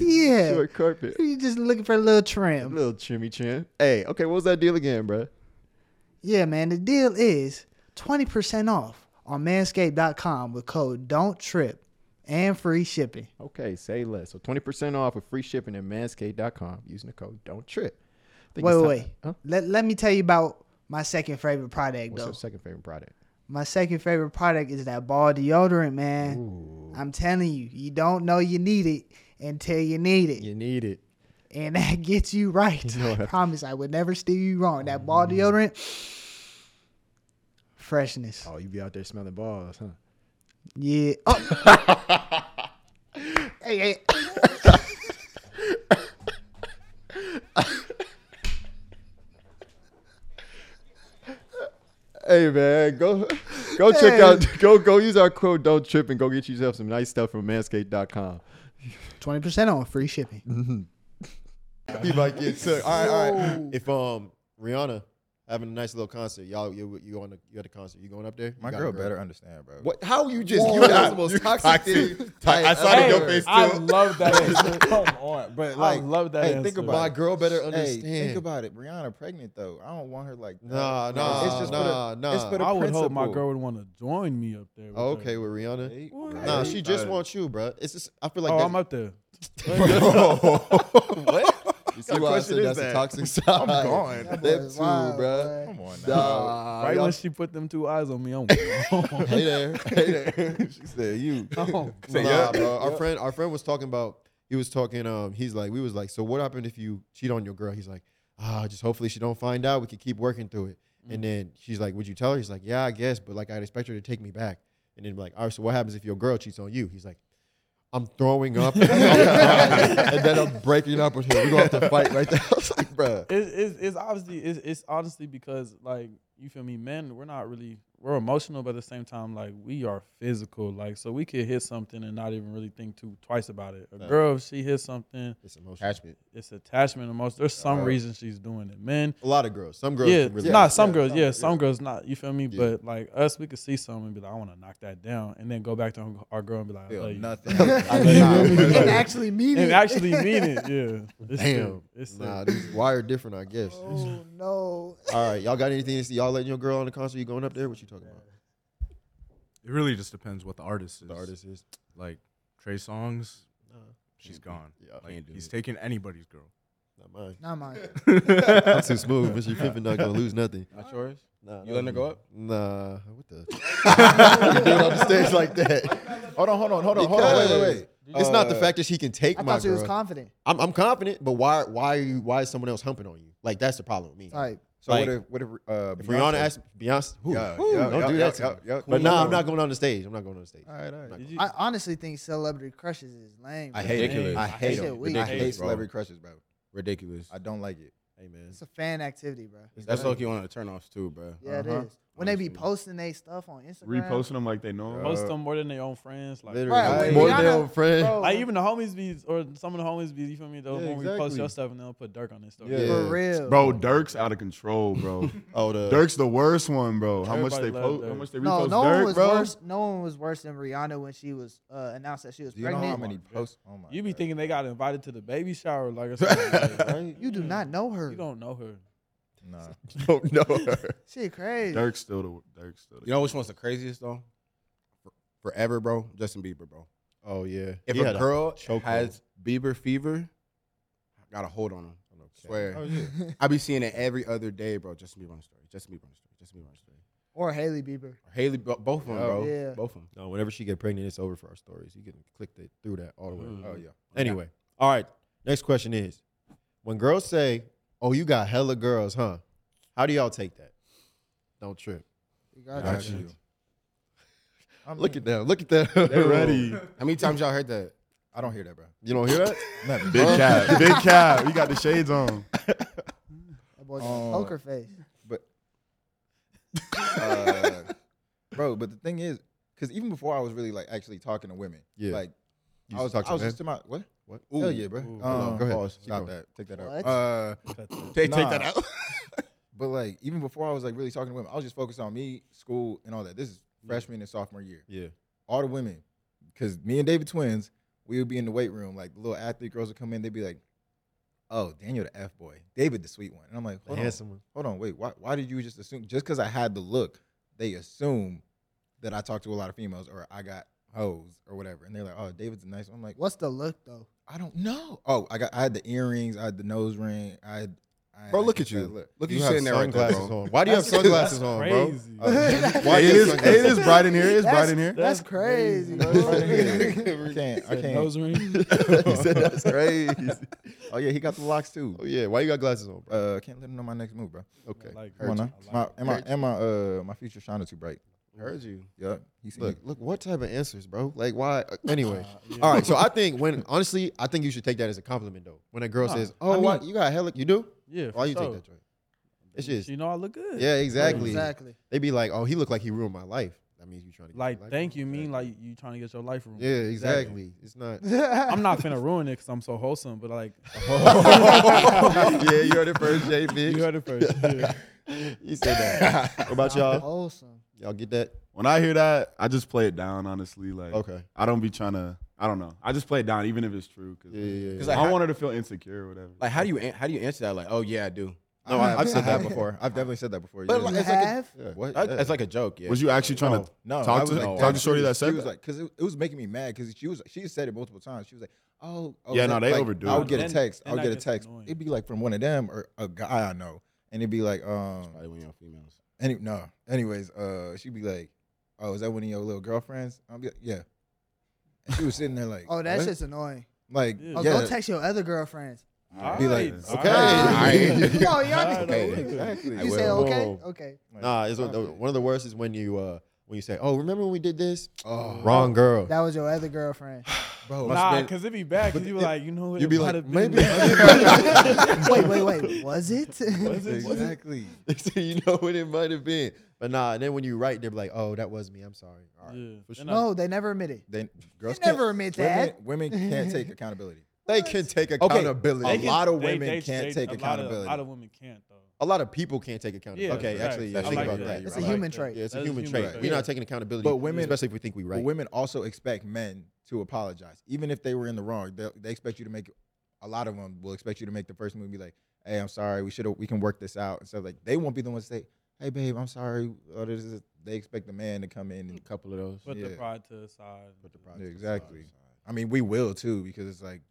S2: Yeah.
S9: Short carpet.
S2: you're just looking for a little trim.
S9: little trimmy trim. Hey, okay, what was that deal again, bruh?
S2: Yeah, man, the deal is 20% off on manscaped.com with code don't trip and free shipping.
S9: Okay, say less. So 20% off with free shipping at manscaped.com using the code don't trip. Think
S2: Wait,
S9: it's
S2: wait,
S9: time- Huh?
S2: wait. Let, let me tell you about my second favorite product
S9: What's
S2: though.
S9: your second favorite product?
S2: My second favorite product is that ball deodorant, man. I'm telling you, you don't know you need it until you need it.
S9: You need it.
S2: And that gets you right. I promise I would never steer you wrong. That ball deodorant, freshness.
S9: Oh, you be out there smelling balls, huh?
S2: Yeah. Oh. hey, hey.
S9: Hey man, go go check
S2: Hey.
S9: out go go use our code don't trip and go get yourself some nice stuff from manscaped.com.
S2: 20% on free shipping.
S4: You might get took. All right, all right. If um Rihanna having a nice little concert, y'all you you on the you at the concert, you going up there? You
S7: My
S4: got a
S7: girl better understand, bro.
S4: What? How you just? You that was the most toxic, thing. I, saw it in your face
S6: I
S4: too.
S6: love that. answer.
S7: Come on, but like,
S6: love that
S7: Hey, think
S6: answer.
S7: about
S4: My girl better
S7: Hey,
S4: understand.
S7: think about it. Brianna pregnant though. I don't want her like. that.
S4: Nah,
S7: Like,
S4: nah,
S7: it's just for the-
S4: nah, nah.
S7: It's for the
S6: I would hope my
S7: principle.
S6: girl would want to join me up there. With
S4: Oh,
S6: her.
S4: okay, with Rihanna.
S7: Hey,
S4: Nah,
S7: right.
S4: she just
S7: Uh,
S4: wants you, bro. It's just I feel like
S6: oh,
S4: that-
S6: I'm up there.
S7: what?
S4: you see why I
S7: question
S4: said
S7: is
S4: that's the
S7: that?
S4: toxic side.
S7: I'm gone.
S4: That
S2: That boy is
S4: too,
S2: wild,
S4: bro.
S7: Come on now.
S4: Nah,
S6: right
S4: y'all-
S6: when she put them two eyes on me, I'm. oh.
S4: hey there, hey there.
S7: she said you.
S5: Oh,
S4: Nah, bro. uh, Our friend, our friend was talking about. He was talking. Um, he's like, we was like, so what happened if you cheat on your girl? He's like, ah, just hopefully she don't find out. We could keep working through it.
S5: Mm.
S4: And then she's like, would you tell her? He's like, yeah, I guess, but like I'd expect her to take me back. And then be like, all right, so what happens if your girl cheats on you? He's like, I'm throwing up, and then I'm breaking up with him. We're gonna have to fight right there. I was like, bruh.
S6: It's, it's, it's obviously it's, it's honestly because like you feel me, men. We're not really we're emotional, but at the same time, like we are physical. Like so, we could hit something and not even really think too twice about it. A
S4: Facts.
S6: girl, if she hits something,
S4: It's emotional.
S5: Attachment.
S6: it's attachment. Most there's some
S4: Right.
S6: reason she's doing it. Men,
S4: A lot of girls. Some girls.
S6: yeah,
S4: can really
S6: nah,
S4: yeah,
S6: some girls,
S4: some-
S6: yeah, some girls not. You feel me?
S4: Yeah.
S6: But like us, we could see something and be like, I want to knock that down, and then go back to our girl and be like, I love
S7: Feel
S6: you.
S7: nothing.
S2: and actually mean
S6: and
S2: it.
S6: actually mean it. Yeah, it's
S4: Damn.
S6: Sick. It's sick.
S4: Nah, these wired different, I guess.
S2: Oh no.
S4: All right, y'all got anything to see? Y'all letting your girl on the concert? You going up there? What you talking about?
S3: It really just depends what the artist is.
S4: The artist is.
S3: Like Trey Songs,
S4: Nah,
S3: she's gone.
S4: Yeah,
S3: Like, he's taking anybody's girl.
S4: not mine.
S2: Not mine.
S4: I'm too smooth. Mr. Pippen not gonna lose nothing.
S5: Not yours.
S4: Nah,
S5: You letting her go up?
S4: Nah, what the? you do it on the stage like that?
S7: Hold on, hold on, hold on, hold on. Wait, wait, wait.
S4: Because It's not the
S5: Uh,
S4: fact that she can take
S2: I
S4: my
S2: thought she
S4: girl.
S2: was confident.
S4: I'm, I'm confident, but why? Why are you? Why is someone else humping on you? Like that's the problem with me.
S2: Like
S7: So
S4: Like,
S7: what if what if uh,
S4: If Rihanna
S7: Beyonce-
S4: asked Beyonce, who?
S7: Yeah,
S4: Who?
S7: yeah,
S4: don't
S7: yeah,
S4: do
S7: yeah,
S4: that to me.
S7: yeah, yeah.
S4: But nah, I'm not going on the stage. I'm not going on the stage.
S7: All right, all right.
S4: Not
S6: Did you-
S2: I honestly think celebrity crushes is lame.
S4: I
S2: bro.
S4: hate
S5: Ridiculous.
S4: it. I
S6: I
S4: hate
S6: hate
S4: it.
S2: that weak.
S7: I hate
S5: Ridiculous, bro.
S7: celebrity crushes, bro.
S5: Ridiculous.
S7: I don't like it.
S4: Hey man,
S2: It's a fan activity, bro.
S5: That's low key one of the turnoffs too, bro.
S2: Yeah, it
S6: Uh-huh.
S2: is. When they be posting they stuff on Instagram,
S8: Reposting them like they know. 'em.
S6: Most of them more than their own friends. Like,
S4: uh, literally,
S2: Right,
S7: when
S4: more than
S2: Rihanna-
S4: old friend.
S2: bro,
S6: like even the homies be or some of the homies be. You feel me? Though
S4: Yeah,
S6: when we post
S4: exactly.
S6: your stuff and they'll put Dirk on their story.
S4: Yeah.
S2: for real,
S8: Bro, Dirk's out of control, bro.
S4: Oh, the
S8: Dirk's the worst one, bro. How much
S6: Everybody
S8: they
S6: love
S8: post?
S6: Dirk.
S8: How much they
S2: No,
S8: repost
S2: no one
S8: Dirk,
S2: was
S8: bro?
S2: worse. No one was worse than Rihanna when she was uh, announced that she was
S7: Do you know how
S2: pregnant.
S7: many posts? Oh my
S6: You be
S7: God.
S6: thinking they got invited to the baby shower, like or something. like, right?
S2: you do not know her.
S6: You don't know her.
S7: Nah.
S4: don't know her.
S2: She crazy.
S8: Dirk's still the Dirk's still. The
S5: You know which one's the craziest though? Forever, bro. Justin Bieber, bro.
S4: Oh yeah.
S5: If
S4: He
S5: a
S4: had
S5: girl
S4: chokehold.
S5: has Bieber fever, I got a hold on him. Swear.
S4: Oh, yeah.
S5: I be seeing it every other day, bro. Justin Bieber on the story. Justin Bieber on the story. Justin Bieber on the story.
S2: Or Haley Bieber.
S5: Or Haley, bo- both of them, bro.
S2: Yeah.
S5: Both of them.
S4: No, whenever she get pregnant, it's over for our stories. You can click that through that all the way.
S5: Mm. Oh, yeah.
S4: Anyway, all right. Next question is: When girls say, "Oh, you got hella girls, huh?" How do y'all take that? Don't trip.
S2: You got
S5: Got
S2: that.
S5: you.
S7: I
S4: Look
S7: mean,
S4: at them. Look at them.
S8: They ready.
S5: How many times y'all heard that?
S7: I don't hear that, bro.
S4: You don't hear that?
S7: Never.
S8: Big
S7: Huh?
S8: cap. Big cap. You got the shades on.
S2: That boy got
S7: Oh.
S2: a poker face.
S7: uh, bro. But the thing is, because even before I was really like actually talking to women,
S4: Yeah.
S7: like
S4: You
S7: I was,
S4: talk
S7: I was
S4: her,
S7: just to my what?
S4: What?
S7: Hell yeah, bro.
S6: Ooh.
S7: Um,
S4: Go ahead.
S7: pause.
S4: Keep
S7: Stop
S4: going.
S7: that. Take that out.
S2: What?
S7: Uh,
S5: Take,
S7: Nah.
S5: take that out.
S7: but like even before I was like really talking to women, I was just focused on me, school, and all that. This is freshman and sophomore year.
S4: Yeah.
S7: all the women, because me and David twins, we would be in the weight room. Like the little athlete girls would come in, they'd be like, "Oh, Daniel the f boy, David the sweet one," and I'm like,
S4: The
S7: "Hold on,
S4: handsome one.
S7: hold on, wait, why, why did you just assume? Just because I had the look, they assume that I talked to a lot of females or I got hoes or whatever." And they're like, "Oh, David's a nice." one." I'm like,
S2: What's the look though?
S7: "I don't know. Oh, I got, I had the earrings, I had the nose ring, I, had, I
S5: Bro,
S7: had
S5: look at
S7: just
S5: you.
S7: that look.
S5: Look at
S4: You
S5: you,
S4: have
S5: sitting there, right there,
S4: sunglasses
S5: bro.
S4: on. Why do you have sunglasses on, bro?
S6: Crazy.
S4: Why
S8: Hey,
S4: do
S8: it
S4: you
S8: is.
S4: have
S8: hey, It
S4: sunglasses
S8: is bright in here. It is bright in here.
S2: That's
S6: That's
S2: crazy.
S6: crazy,
S2: bro.
S7: Right here. I can't. I can't.
S6: Nose ring.
S4: on?
S7: He said that's crazy. Oh yeah, he got the locks too.
S4: Oh yeah. Why you got glasses on, bro?
S7: Uh, can't let him know my next move, bro.
S4: Okay.
S6: Like,
S7: Come on, now.
S6: I
S7: my,
S6: like
S7: am I am I uh my future shining too bright?
S5: Heard you.
S7: Yeah, he seen
S4: Look,
S7: me.
S4: look. What type of answers, bro? Like why? uh, Anyway.
S6: Uh, yeah.
S4: All right. So I think when honestly, I think you should take that as a compliment though. When a girl
S6: Nah,
S4: says,
S6: I
S4: "Oh, why,
S6: mean-
S4: you got hella," you do.
S6: Yeah.
S4: Why
S6: for
S4: you take
S6: sure.
S4: that joint? It's just
S6: You know I look good.
S4: yeah, exactly.
S2: Exactly.
S4: They be like, "Oh, he looked like he ruined my life." That means you trying to get your
S6: Like,
S4: life ruined.
S6: thank you mean
S4: Exactly.
S6: like you trying to get your life ruined.
S4: Yeah, exactly. It's not.
S6: I'm not finna ruin it because I'm so wholesome, but like
S4: yeah, you heard it first, Jay.
S6: you
S4: Bitch.
S6: heard it first. Yeah.
S4: You said that. What about
S2: I'm
S4: y'all?
S2: wholesome.
S4: Y'all get that?
S8: When I hear that, I just play it down. Honestly, like
S4: Okay.
S8: I don't be trying to. I don't know. I just play it down, even if it's true. Cause
S4: Yeah, yeah, yeah.
S5: 'Cause
S8: I
S5: like,
S8: don't
S5: how,
S8: want her to feel insecure or whatever.
S5: like, how do you an- how do you answer that? Like, oh yeah, I do.
S7: No, I, I've said that
S2: Yeah.
S7: before. I've definitely said that before.
S5: But
S7: yeah.
S5: like-
S2: You
S5: it's like a-
S2: have?
S4: Yeah.
S7: what?
S5: That-
S7: Yeah.
S5: That's like a joke. Yeah.
S8: Was you actually trying
S4: Oh.
S8: to?
S7: no,
S8: talk
S7: I was
S8: to-
S7: like
S8: talk
S7: that.
S8: to shorty that said
S7: She was
S8: that?
S7: like, because it, it was making me mad because she was she said it multiple times. She was like, oh, oh,
S8: Yeah,
S7: that-
S8: no, they
S7: like,
S8: overdo
S7: I
S8: it.
S7: would get a
S6: Then-
S7: text. I
S6: then
S7: would
S6: that
S7: get a
S6: gets
S7: text.
S6: annoying.
S7: It'd be like from one of them or a guy I know, and it'd be like, um,
S5: Probably one of your females.
S7: any no. Anyways, uh, she'd be like, oh, is that one of your little girlfriends? I'd be like, yeah. And she was sitting there like,
S2: Oh, that's
S7: what?
S2: just annoying.
S7: like,
S6: Yeah.
S2: Oh,
S7: yeah,
S2: go text your other girlfriends.
S7: Be
S6: Alright,
S7: like,
S4: okay.
S6: alright.
S2: Come on, y'all.
S6: Okay.
S7: exactly.
S2: You say okay? Okay.
S7: Like,
S4: Nah, it's one,
S7: stop
S4: the,
S7: it.
S4: one of the worst is when you uh when you say, "Oh, remember when we did this?"
S7: Oh.
S4: Wrong girl.
S2: That was your other girlfriend.
S5: Bro, must
S6: Nah,
S5: been-
S6: because it'd be bad. Because you were like, you know, what,
S4: You'd
S6: it
S4: be
S6: might
S4: like,
S6: have been
S4: maybe.
S6: the-
S2: wait, wait, wait. Was it?
S6: was it- was it-
S7: exactly.
S4: They say, you know what it might have been. But nah, and then when you write, they're like, oh, that was me. I'm sorry. All right.
S6: Yeah.
S4: For sure.
S6: And I-
S2: no, they never admit it.
S7: They girls
S2: never
S7: can't-
S2: admit
S7: women-
S2: that.
S7: Women, can't take accountability.
S4: They can take accountability.
S6: They
S7: A
S6: can-
S7: lot of
S6: they-
S7: women
S6: they- they-
S7: can't take
S6: a lot of-
S7: accountability.
S6: A lot of women can't though.
S4: a lot of people can't take accountability.
S6: Yeah,
S4: okay,
S6: facts.
S4: actually, yeah,
S7: I
S4: think
S7: like
S4: about
S7: that.
S4: that. You're
S2: It's
S7: I
S2: a
S7: like
S4: right.
S2: human
S6: that.
S2: trait.
S4: Yeah, it's a
S6: That's a
S4: human
S6: human
S4: trait.
S6: trait.
S4: We're
S7: Yeah.
S4: not taking accountability,
S7: But women-
S4: especially if we think we right.
S7: But women also expect men to apologize, even if they were in the wrong. They, they expect you to make. A lot of them will expect you to make the first move. and Be like, "Hey, I'm sorry. We should. We can work this out." And so, like, they won't be the ones to say, "Hey, babe, I'm sorry." Or this is, they expect the man to come in and
S9: couple of those.
S6: Put the
S7: Yeah.
S6: pride to the side.
S7: Yeah, exactly. I mean, we will too because it's like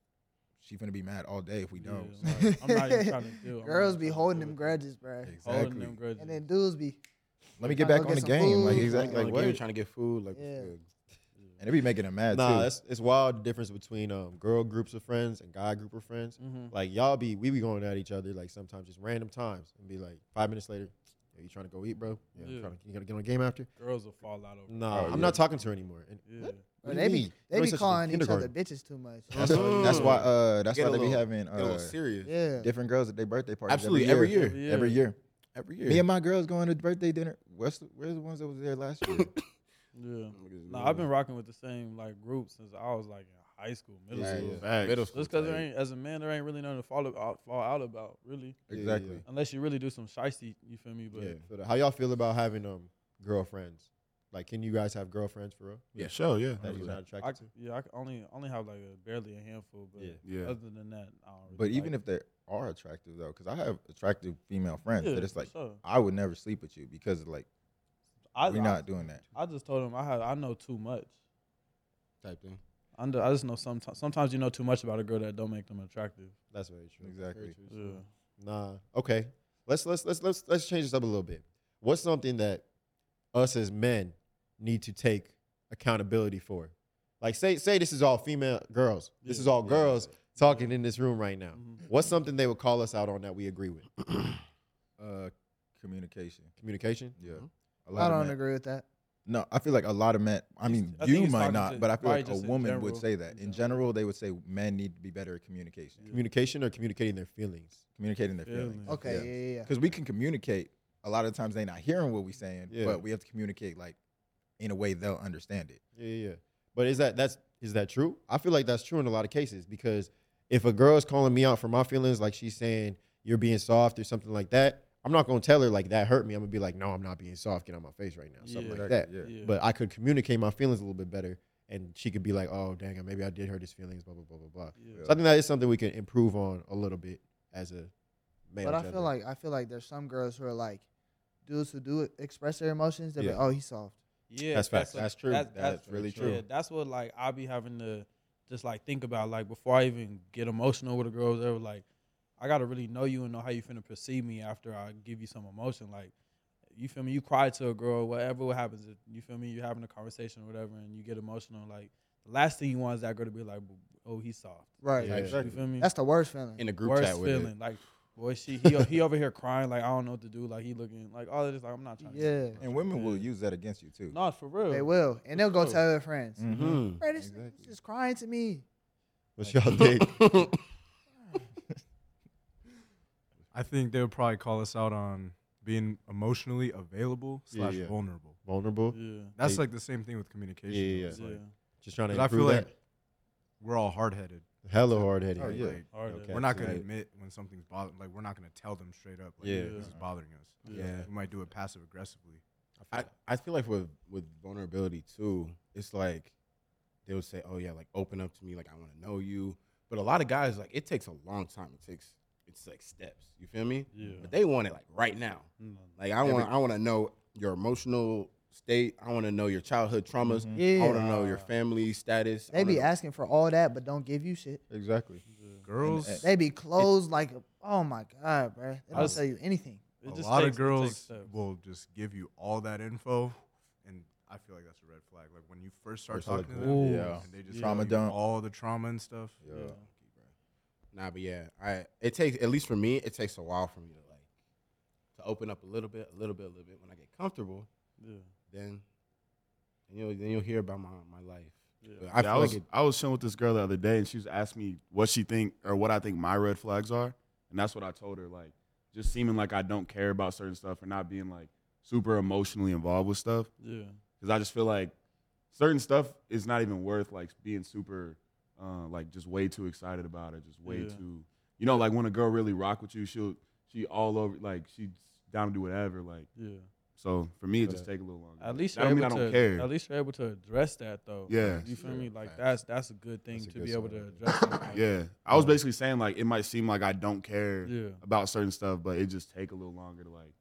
S7: she's gonna be mad all day if we
S6: Yeah,
S7: don't.
S6: like, I'm not even trying to do. I'm
S2: Girls
S6: not
S2: be
S6: trying to
S2: holding
S6: do
S2: them
S6: it.
S2: grudges, bro.
S6: Holding
S7: Exactly.
S6: them grudges.
S2: And then dudes be.
S7: Let me
S2: Trying
S7: get back
S2: to go get
S7: on the
S2: some
S7: game. Like
S2: food.
S7: exactly.
S5: like,
S7: Like
S5: what?
S7: what?
S5: You're
S7: And
S5: trying to get food. Like,
S2: Yeah.
S7: it be making them mad
S4: Nah,
S7: too.
S4: it's, it's wild the difference between um, girl groups of friends and guy group of friends.
S6: Mm-hmm.
S4: Like y'all be we be going at each other like sometimes just random times and be like five minutes later, are you trying to go eat, bro? Yeah,
S6: Yeah.
S4: I'm trying to, you gonna get on a game after?
S6: Girls will fall out over.
S4: Nah,
S7: Oh,
S4: I'm
S7: yeah.
S4: not talking to her anymore. And
S6: Yeah.
S4: what?
S2: Or
S4: do
S2: they
S4: you
S2: be
S4: mean?
S2: they
S4: You're
S2: be
S4: such a
S2: calling each other
S4: kindergarten.
S2: bitches too much.
S7: That's, that's why. Uh, that's
S5: Get
S7: why
S5: a
S7: they be
S5: little-
S7: having
S5: Get a little
S7: uh,
S5: serious.
S2: Yeah.
S7: different girls at their birthday parties.
S5: Absolutely,
S7: every
S5: every
S7: year.
S5: year.
S6: Every year.
S7: Every year.
S5: Every
S7: Me
S5: year.
S7: and my girls going to birthday dinner. Where's the, where's the ones that was there last year?
S6: Yeah. Nah, I've been rocking with the same like group since I was like in high school, middle
S5: Yeah,
S6: school.
S5: yeah. Middle school.
S6: Just because there
S5: type.
S6: ain't, as a man, there ain't really nothing to fall out, fall out about, really.
S7: exactly.
S6: Unless you really do some shiesty, you feel me? But
S4: Yeah. So the- how y'all feel about having um girlfriends? Like, can you guys have girlfriends for real?
S8: Yeah, sure, yeah.
S4: That you're not
S6: I,
S4: attracted to?
S6: yeah, I could only only have like a, barely a handful. But
S4: Yeah.
S8: Yeah.
S6: other than that, I don't really
S7: But even
S6: like-
S7: if they are attractive though, because I have attractive female friends
S6: Yeah,
S7: that it's
S6: for
S7: like
S6: sure.
S7: I would never sleep with you because like
S6: I,
S7: we're
S6: I-
S7: not doing that.
S6: I just told him I had I know too much.
S5: type thing.
S6: I, know, I just know sometimes sometimes you know too much about a girl that don't make them attractive.
S4: That's very true.
S7: Exactly.
S6: Yeah.
S4: Nah. Okay. Let's let's let's let's let's change this up a little bit. What's something that us as men need to take accountability for? Like say say this is all female girls. This is all girls talking in this room right now.
S6: Mm-hmm.
S4: What's something they would call us out on that we agree with?
S7: Uh, communication.
S4: Communication?
S7: Yeah.
S6: Mm-hmm.
S7: A
S2: I
S7: of
S2: don't
S7: men-
S2: agree with that.
S7: No, I feel like a lot of men. I
S6: It's-
S7: mean,
S6: I think
S7: you
S6: it's
S7: might
S6: talking
S7: not,
S6: to-
S7: but I feel
S6: probably
S7: like a
S6: just in
S7: woman
S6: general.
S7: would say that.
S6: In
S7: In general, they would say men need to be better at communication,
S4: Communication or communicating their feelings?
S7: communicating their
S6: Feelings.
S7: feelings.
S2: Okay. Yeah, yeah, yeah.
S7: Because we can communicate. A lot of times they're not hearing what we're saying,
S4: Yeah.
S7: but we have to communicate like in a way they'll understand it.
S4: Yeah, yeah, yeah. But is that that's is that true? I feel like that's true in a lot of cases because if a girl is calling me out for my feelings, like she's saying you're being soft or something like that, I'm not gonna tell her like that hurt me. I'm gonna be like, no, I'm not being soft. Get out my face right now, something
S6: Yeah.
S4: like that.
S7: Yeah.
S6: Yeah.
S4: But I could communicate my feelings a little bit better, and she could be like, oh, dang, it, maybe I did hurt his feelings, blah blah blah blah blah.
S6: Yeah.
S4: So I think that is something we can improve on a little bit as a man.
S2: But I
S4: gender.
S2: feel like I feel like there's some girls who are like dudes who do express their emotions. They be
S4: Yeah.
S2: oh he's soft.
S6: Yeah,
S4: That's facts.
S6: what-
S4: That's true. That's really true.
S6: Yeah, that's what like I be having to just like think about like before I even get emotional with a girl. They were like, I gotta really know you and know how you finna perceive me after I give you some emotion. Like, you feel me? You cry to a girl, whatever what happens. If you feel me? You're having a conversation or whatever, and you get emotional. Like, the last thing you want is that girl to be like, oh, he's soft.
S2: Right.
S4: Yeah.
S6: You feel me?
S2: That's the worst feeling.
S5: In a group
S6: worst
S5: chat with it.
S6: feeling. Like, boy, she he, he over here crying. Like, I don't know what to do. Like, he looking like all of this. Like, I'm not trying.
S2: yeah.
S7: And women will use that against you too.
S6: to Not for real.
S2: They will, and they'll go
S6: sure.
S2: tell their friends.
S4: Mm-hmm.
S7: Mhm.
S2: Bro, this
S7: Exactly.
S2: nigga's just crying to me.
S4: what Mm. y'all think?
S3: I think they would probably call us out on being emotionally available
S4: Yeah,
S3: slash
S4: yeah.
S3: vulnerable.
S4: Vulnerable.
S6: Yeah.
S3: That's
S4: They-
S3: like the same thing with communication.
S4: Yeah, yeah,
S3: It's
S6: Yeah.
S3: like,
S4: Just trying to
S3: 'Cause I feel
S4: improve that.
S3: like- we're all hard headed.
S4: Hella hard headed.
S7: Oh, yeah.
S6: Hard
S4: Okay.
S6: to-
S3: We're not gonna
S4: Right.
S3: admit when something's bothering. Like we're not gonna tell them straight up. Like,
S4: Yeah.
S3: this is bothering us.
S7: Yeah.
S3: we might do it passive aggressively.
S5: I, I feel like with with vulnerability too, it's like they would say, "Oh yeah, like open up to me, like I want to know you." But a lot of guys like it takes a long time. It takes it's like steps. You feel me?
S6: Yeah.
S5: But they want it like right now. Like I want I want to know your emotional state. I want to know your childhood traumas.
S2: Mm-hmm.
S4: Mm-hmm.
S5: I want to
S2: Yeah.
S5: know your family status. I
S2: They be
S5: wanna know-
S2: asking for all that, but don't give you shit.
S7: Exactly.
S3: Girls,
S7: And-
S2: They be closed like, oh my god, bro. They don't
S6: was-
S2: tell you anything.
S6: It
S3: a
S6: just
S3: lot
S6: takes-
S3: of
S6: it takes
S3: girls
S6: steps.
S3: will just give you all that info, and I feel like that's a red flag. Like when you first start
S4: First, like,
S3: talking to them,
S7: Yeah.
S3: and they just
S7: Trauma
S3: trauma dump
S7: dump.
S3: all the trauma and stuff.
S7: Yeah.
S5: Nah, but yeah, I it takes at least for me, it takes a while for me to like to open up a little bit, a little bit, a little bit. When I get comfortable,
S6: Yeah.
S5: then then you'll then you'll hear about my my life. But I
S8: Yeah,
S5: feel
S8: was,
S5: like it,
S8: I was chilling with this girl the other day, and she was asking me what she think or what I think my red flags are, and that's what I told her. Like, just seeming like I don't care about certain stuff or not being like super emotionally involved with stuff,
S6: Yeah.
S8: because I just feel like certain stuff is not even worth like being super, uh, like just way too excited about it, just way
S6: Yeah.
S8: too, you know, like when a girl really rock with you, she'll she all over like she's down to do whatever. Like,
S6: Yeah.
S8: so for me, it
S6: But
S8: just take a little longer.
S6: At least
S8: I
S6: you're
S8: don't
S6: able
S8: mean I
S6: to,
S8: don't care.
S6: At least you're able to address that though.
S8: Yeah.
S6: You feel
S4: Yeah,
S6: me? Like
S4: facts.
S6: that's that's a good thing
S4: That's a
S6: to
S4: good
S6: be able to
S4: sign.
S6: address. that. Like,
S8: Yeah, I
S6: Oh.
S8: was basically saying like it might seem like I don't care
S6: Yeah.
S8: about certain stuff, but it just take a little longer to like,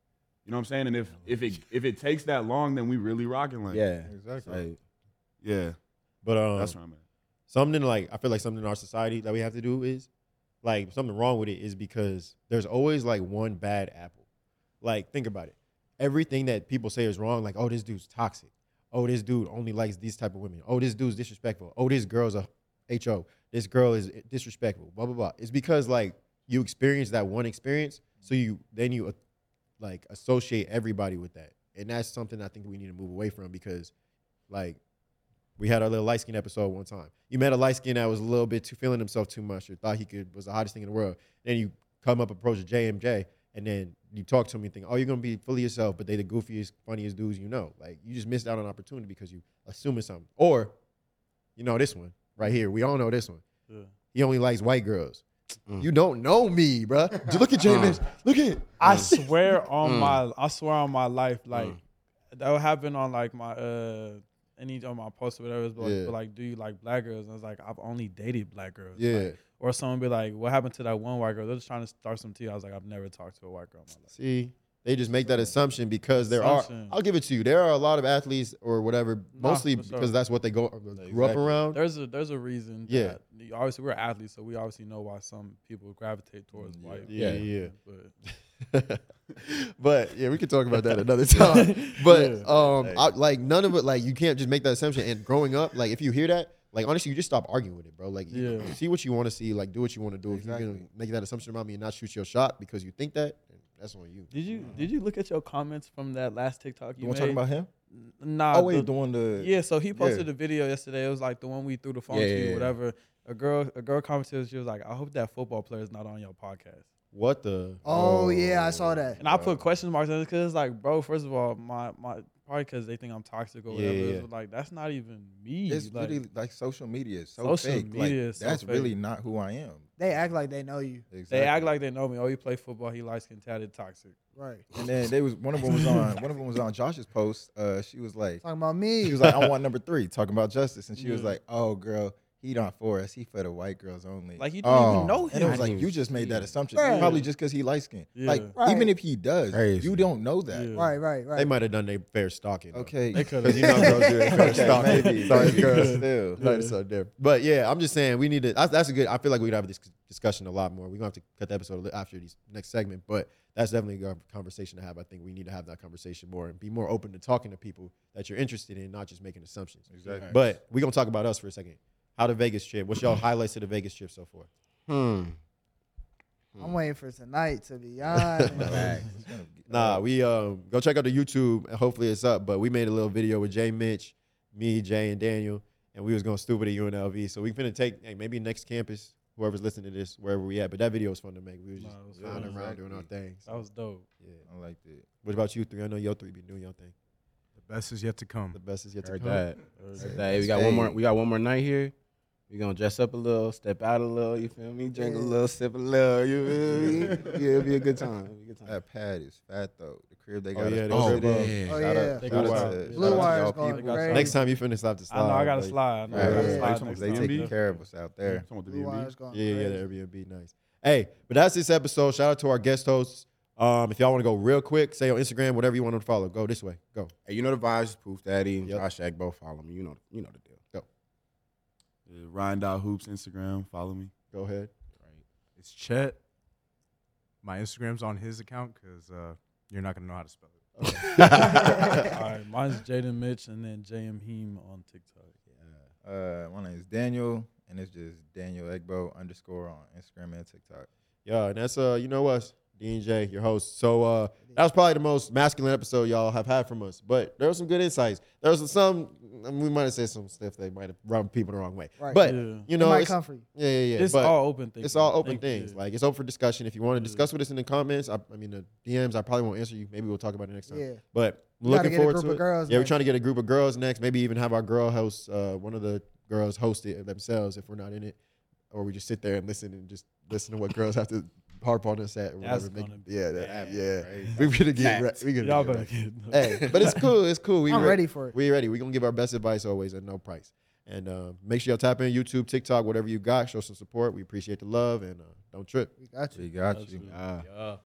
S8: you know what I'm saying? And if if it if it takes that long, then we really rocking like
S5: yeah,
S7: Exactly.
S5: like,
S8: yeah.
S4: But um,
S8: That's where I'm at.
S4: something like I feel like something in our society that we have to do is like something wrong with it is because there's always like one bad apple. Like think about it. Everything that people say is wrong, like oh this dude's toxic. Oh this dude only likes these type of women. Oh this dude's disrespectful. Oh this girl's a ho. This girl is disrespectful. Blah blah blah. It's because like you experience that one experience, so you then you uh, like associate everybody with that, and that's something I think we need to move away from because like we had our little light skin episode one time. You met a light skin that was a little bit too feeling himself too much or thought he could was the hottest thing in the world. Then you come up approach a JMJ and then you talk to him and think, oh, you're gonna be fully yourself, but they the goofiest, funniest dudes you know. Like you just missed out on opportunity because you assuming something. Or you know this one right here. We all know this one.
S6: Yeah.
S4: He only likes white girls.
S5: Mm.
S4: You don't know me, bruh. Look at JMJ. Look at
S6: I
S4: see.
S6: swear on
S5: Mm.
S6: my I swear on my life, like
S5: Mm.
S6: that happened on like my uh any on my post or whatever, but like,
S4: Yeah.
S6: but, like, do you like black girls? And I was like, I've only dated black girls.
S4: Yeah.
S6: Like, or someone be like, What happened to that one white girl? They're just trying to start some tea. I was like, I've never talked to a white girl in my life.
S4: See, they just make that assumption because there
S6: Assumption.
S4: are. I'll give it to you. There are a lot of athletes or whatever,
S6: Nah,
S4: mostly
S6: for sure.
S4: because that's what they go grew up
S7: Exactly.
S4: around.
S6: There's a there's a reason
S4: Yeah.
S6: that obviously we're athletes, so we obviously know why some people gravitate towards
S7: Mm,
S6: white
S4: Yeah,
S6: people,
S4: yeah.
S6: But
S4: but yeah, we could talk about that another time. But
S6: Yeah.
S4: um, I, like none of it. Like you can't just make that assumption. And growing up, like if you hear that, like honestly, you just stop arguing with it, bro. Like you-
S6: Yeah.
S4: see what you want to see. Like do what you want to do. If you're gonna
S7: Exactly.
S4: make that assumption about me and not shoot your shot because you think that, that's on you.
S6: Did you did you look at your comments from that last TikTok you,
S7: You
S6: made?
S7: want to talk about him?
S6: N- Nah.
S7: Oh
S6: the-
S7: wait, the one the
S6: yeah, so he posted a video yesterday. It was like the one we threw the phone
S7: Yeah,
S6: to,
S7: yeah, yeah.
S6: whatever. A girl, a girl commented. She was like, "I hope that football player is not on your podcast."
S4: What the?
S2: Oh, yeah, I saw that.
S6: And I put question marks on it because it's like, bro, first of all, my my probably because they think I'm toxic
S4: Yeah,
S6: or whatever.
S4: yeah,
S6: It's like that's not even me.
S7: It's
S6: like,
S7: literally like social media is so
S6: Social
S7: fake. like,
S6: media is so
S7: that's
S6: fake.
S7: really not who I am.
S2: They act like they know you.
S7: Exactly.
S6: they act like they know me. Oh, you play football. He likes tatted toxic.
S2: Right.
S7: And then they was one of them was on one of them was on Josh's post. Uh, she was like,
S2: Talking about me.
S7: she was like, I want number three, talking about justice, and she was
S6: Yeah.
S7: like, Oh, girl, he not for us. He for the white girls only. Oh.
S6: Like you don't even know
S7: and it
S6: him.
S7: was like you just made that assumption,
S2: Right.
S7: probably just because he light skinned
S6: Yeah.
S7: Like
S2: Right.
S7: even if he does,
S4: Crazy.
S7: you don't know that.
S6: Yeah.
S2: right, right, right.
S4: They might have done their fair stalking. though.
S7: Okay,
S6: They could've.
S7: because you know those do it.
S4: Okay,
S7: Okay, maybe,
S4: maybe. Sorry,
S7: maybe,
S4: girl.
S7: but still.
S4: No, it's so different. But yeah, I'm just saying we need to. That's, that's a good. I feel like we'd have this discussion a lot more. We're gonna have to cut the episode a little after these next segment, but that's definitely a good conversation to have. I think we need to have that conversation more and be more open to talking to people that you're interested in, not just making assumptions.
S7: Exactly.
S4: But we're gonna talk about us for a second. How the Vegas trip? What's y'all highlights of the Vegas trip so far?
S5: hmm.
S2: I'm waiting for tonight to be on.
S6: Uh,
S4: Nah, we um go check out the YouTube and hopefully it's up. But we made a little video with Jay Mitch, me, Jay, and Daniel, and we was going stupid at UNLV. So we finna take hey, maybe next campus, whoever's listening to this, wherever we at. But that video was fun to make. We was
S6: Nah,
S4: just
S6: it was
S4: flying
S6: fun.
S4: around doing our thing.
S6: That was dope.
S4: Yeah.
S7: I liked it.
S4: What about you three? I know y'all three be doing y'all thing.
S3: The best is yet to
S4: The
S3: come.
S4: best is yet to
S5: Heard
S4: come.
S5: that. Heard that. Hey, we got one more.
S7: Hey.
S5: We got one more night here. We gonna dress up a little, step out a little. You feel me? Drink a little, sip a little. You feel me? Yeah, it'll be a good time. It'll be a good time.
S7: That pad is fat though. The crib they
S4: Oh,
S7: got. us
S4: yeah, they
S7: posted
S4: crib
S7: in.
S4: is-
S2: Oh,
S7: Shout
S2: yeah.
S7: out-
S6: They
S7: shout
S6: got
S7: out
S6: some-
S7: to-
S6: Blue
S7: shout out to
S2: Wire's
S7: y'all
S2: going
S7: people.
S2: crazy.
S7: Shout out
S4: Next time you finna stop the slide.
S6: I know I gotta
S4: like-
S6: slide. I know
S7: Yeah,
S6: I
S7: they-
S6: gotta
S7: they
S6: slide.
S7: took-
S6: next
S7: they
S6: time.
S7: taking care of us out there.
S8: Someone with the
S2: Blue
S8: DMV?
S2: wires going
S4: Yeah, yeah,
S2: crazy.
S4: the Airbnb, nice. Hey, but that's this episode. Shout out to our guest hosts. Um, if y'all want to go real quick, say on Instagram, whatever you want to follow. Go this way. Go.
S5: Hey, you know the vibes, Poof Daddy, and
S4: Yep.
S5: Josh Agbo. Follow me. You know, you know the deal.
S8: Yeah, Ryan Dot Hoops Instagram. Follow me.
S4: Go ahead.
S3: It's Chet. My Instagram's on his account because uh, you're not gonna know how to spell it.
S6: All right, mine's Jaden Mitch and then JM Heem on TikTok.
S7: Uh, my name is Daniel, and it's just Daniel Egbo underscore on Instagram and TikTok.
S4: Yeah, and that's uh, you know us. D and J, your host. So uh, that was probably the most masculine episode y'all have had from us. But there were some good insights. There was some I mean, we might have said some stuff that might have rubbed people the wrong way.
S2: Right.
S4: But
S6: Yeah.
S4: you
S2: it
S4: know,
S2: might
S4: it's-
S2: come for you.
S4: yeah, yeah, yeah.
S6: It's
S4: but-
S6: all open things.
S4: it's all open
S6: Thank
S4: things.
S6: you. Mm-hmm.
S4: Like it's open for discussion. If you want to
S6: Yeah.
S4: discuss with us in the comments, I, I mean the DMs, I probably won't answer you. Maybe we'll talk about it next time.
S2: Yeah.
S4: But
S2: We gotta
S4: looking
S2: get a
S4: forward
S2: group
S4: to
S2: of
S4: it.
S2: girls
S4: yeah, we're
S2: next.
S4: trying to get a group of girls next. Maybe even have our girl host, uh, one of the girls host it themselves if we're not in it, or we just sit there and listen and just listen to what girls have to harp on us at or
S6: That's
S4: whatever. Make-
S6: gonna be
S4: yeah, that app, yeah. We're gonna get ra- we gonna
S6: Y'all
S4: get
S6: better
S4: ra-
S6: get.
S4: Hey, but it's cool. It's cool. We
S2: I'm
S4: re-
S2: ready for it.
S4: we ready. We're gonna give our best advice always at no price. And uh, make sure y'all tap in YouTube, TikTok, whatever you got. Show some support. We appreciate the love and uh, don't trip.
S2: We got you.
S7: We got you.
S6: Absolutely.
S7: Ah.
S6: Yeah.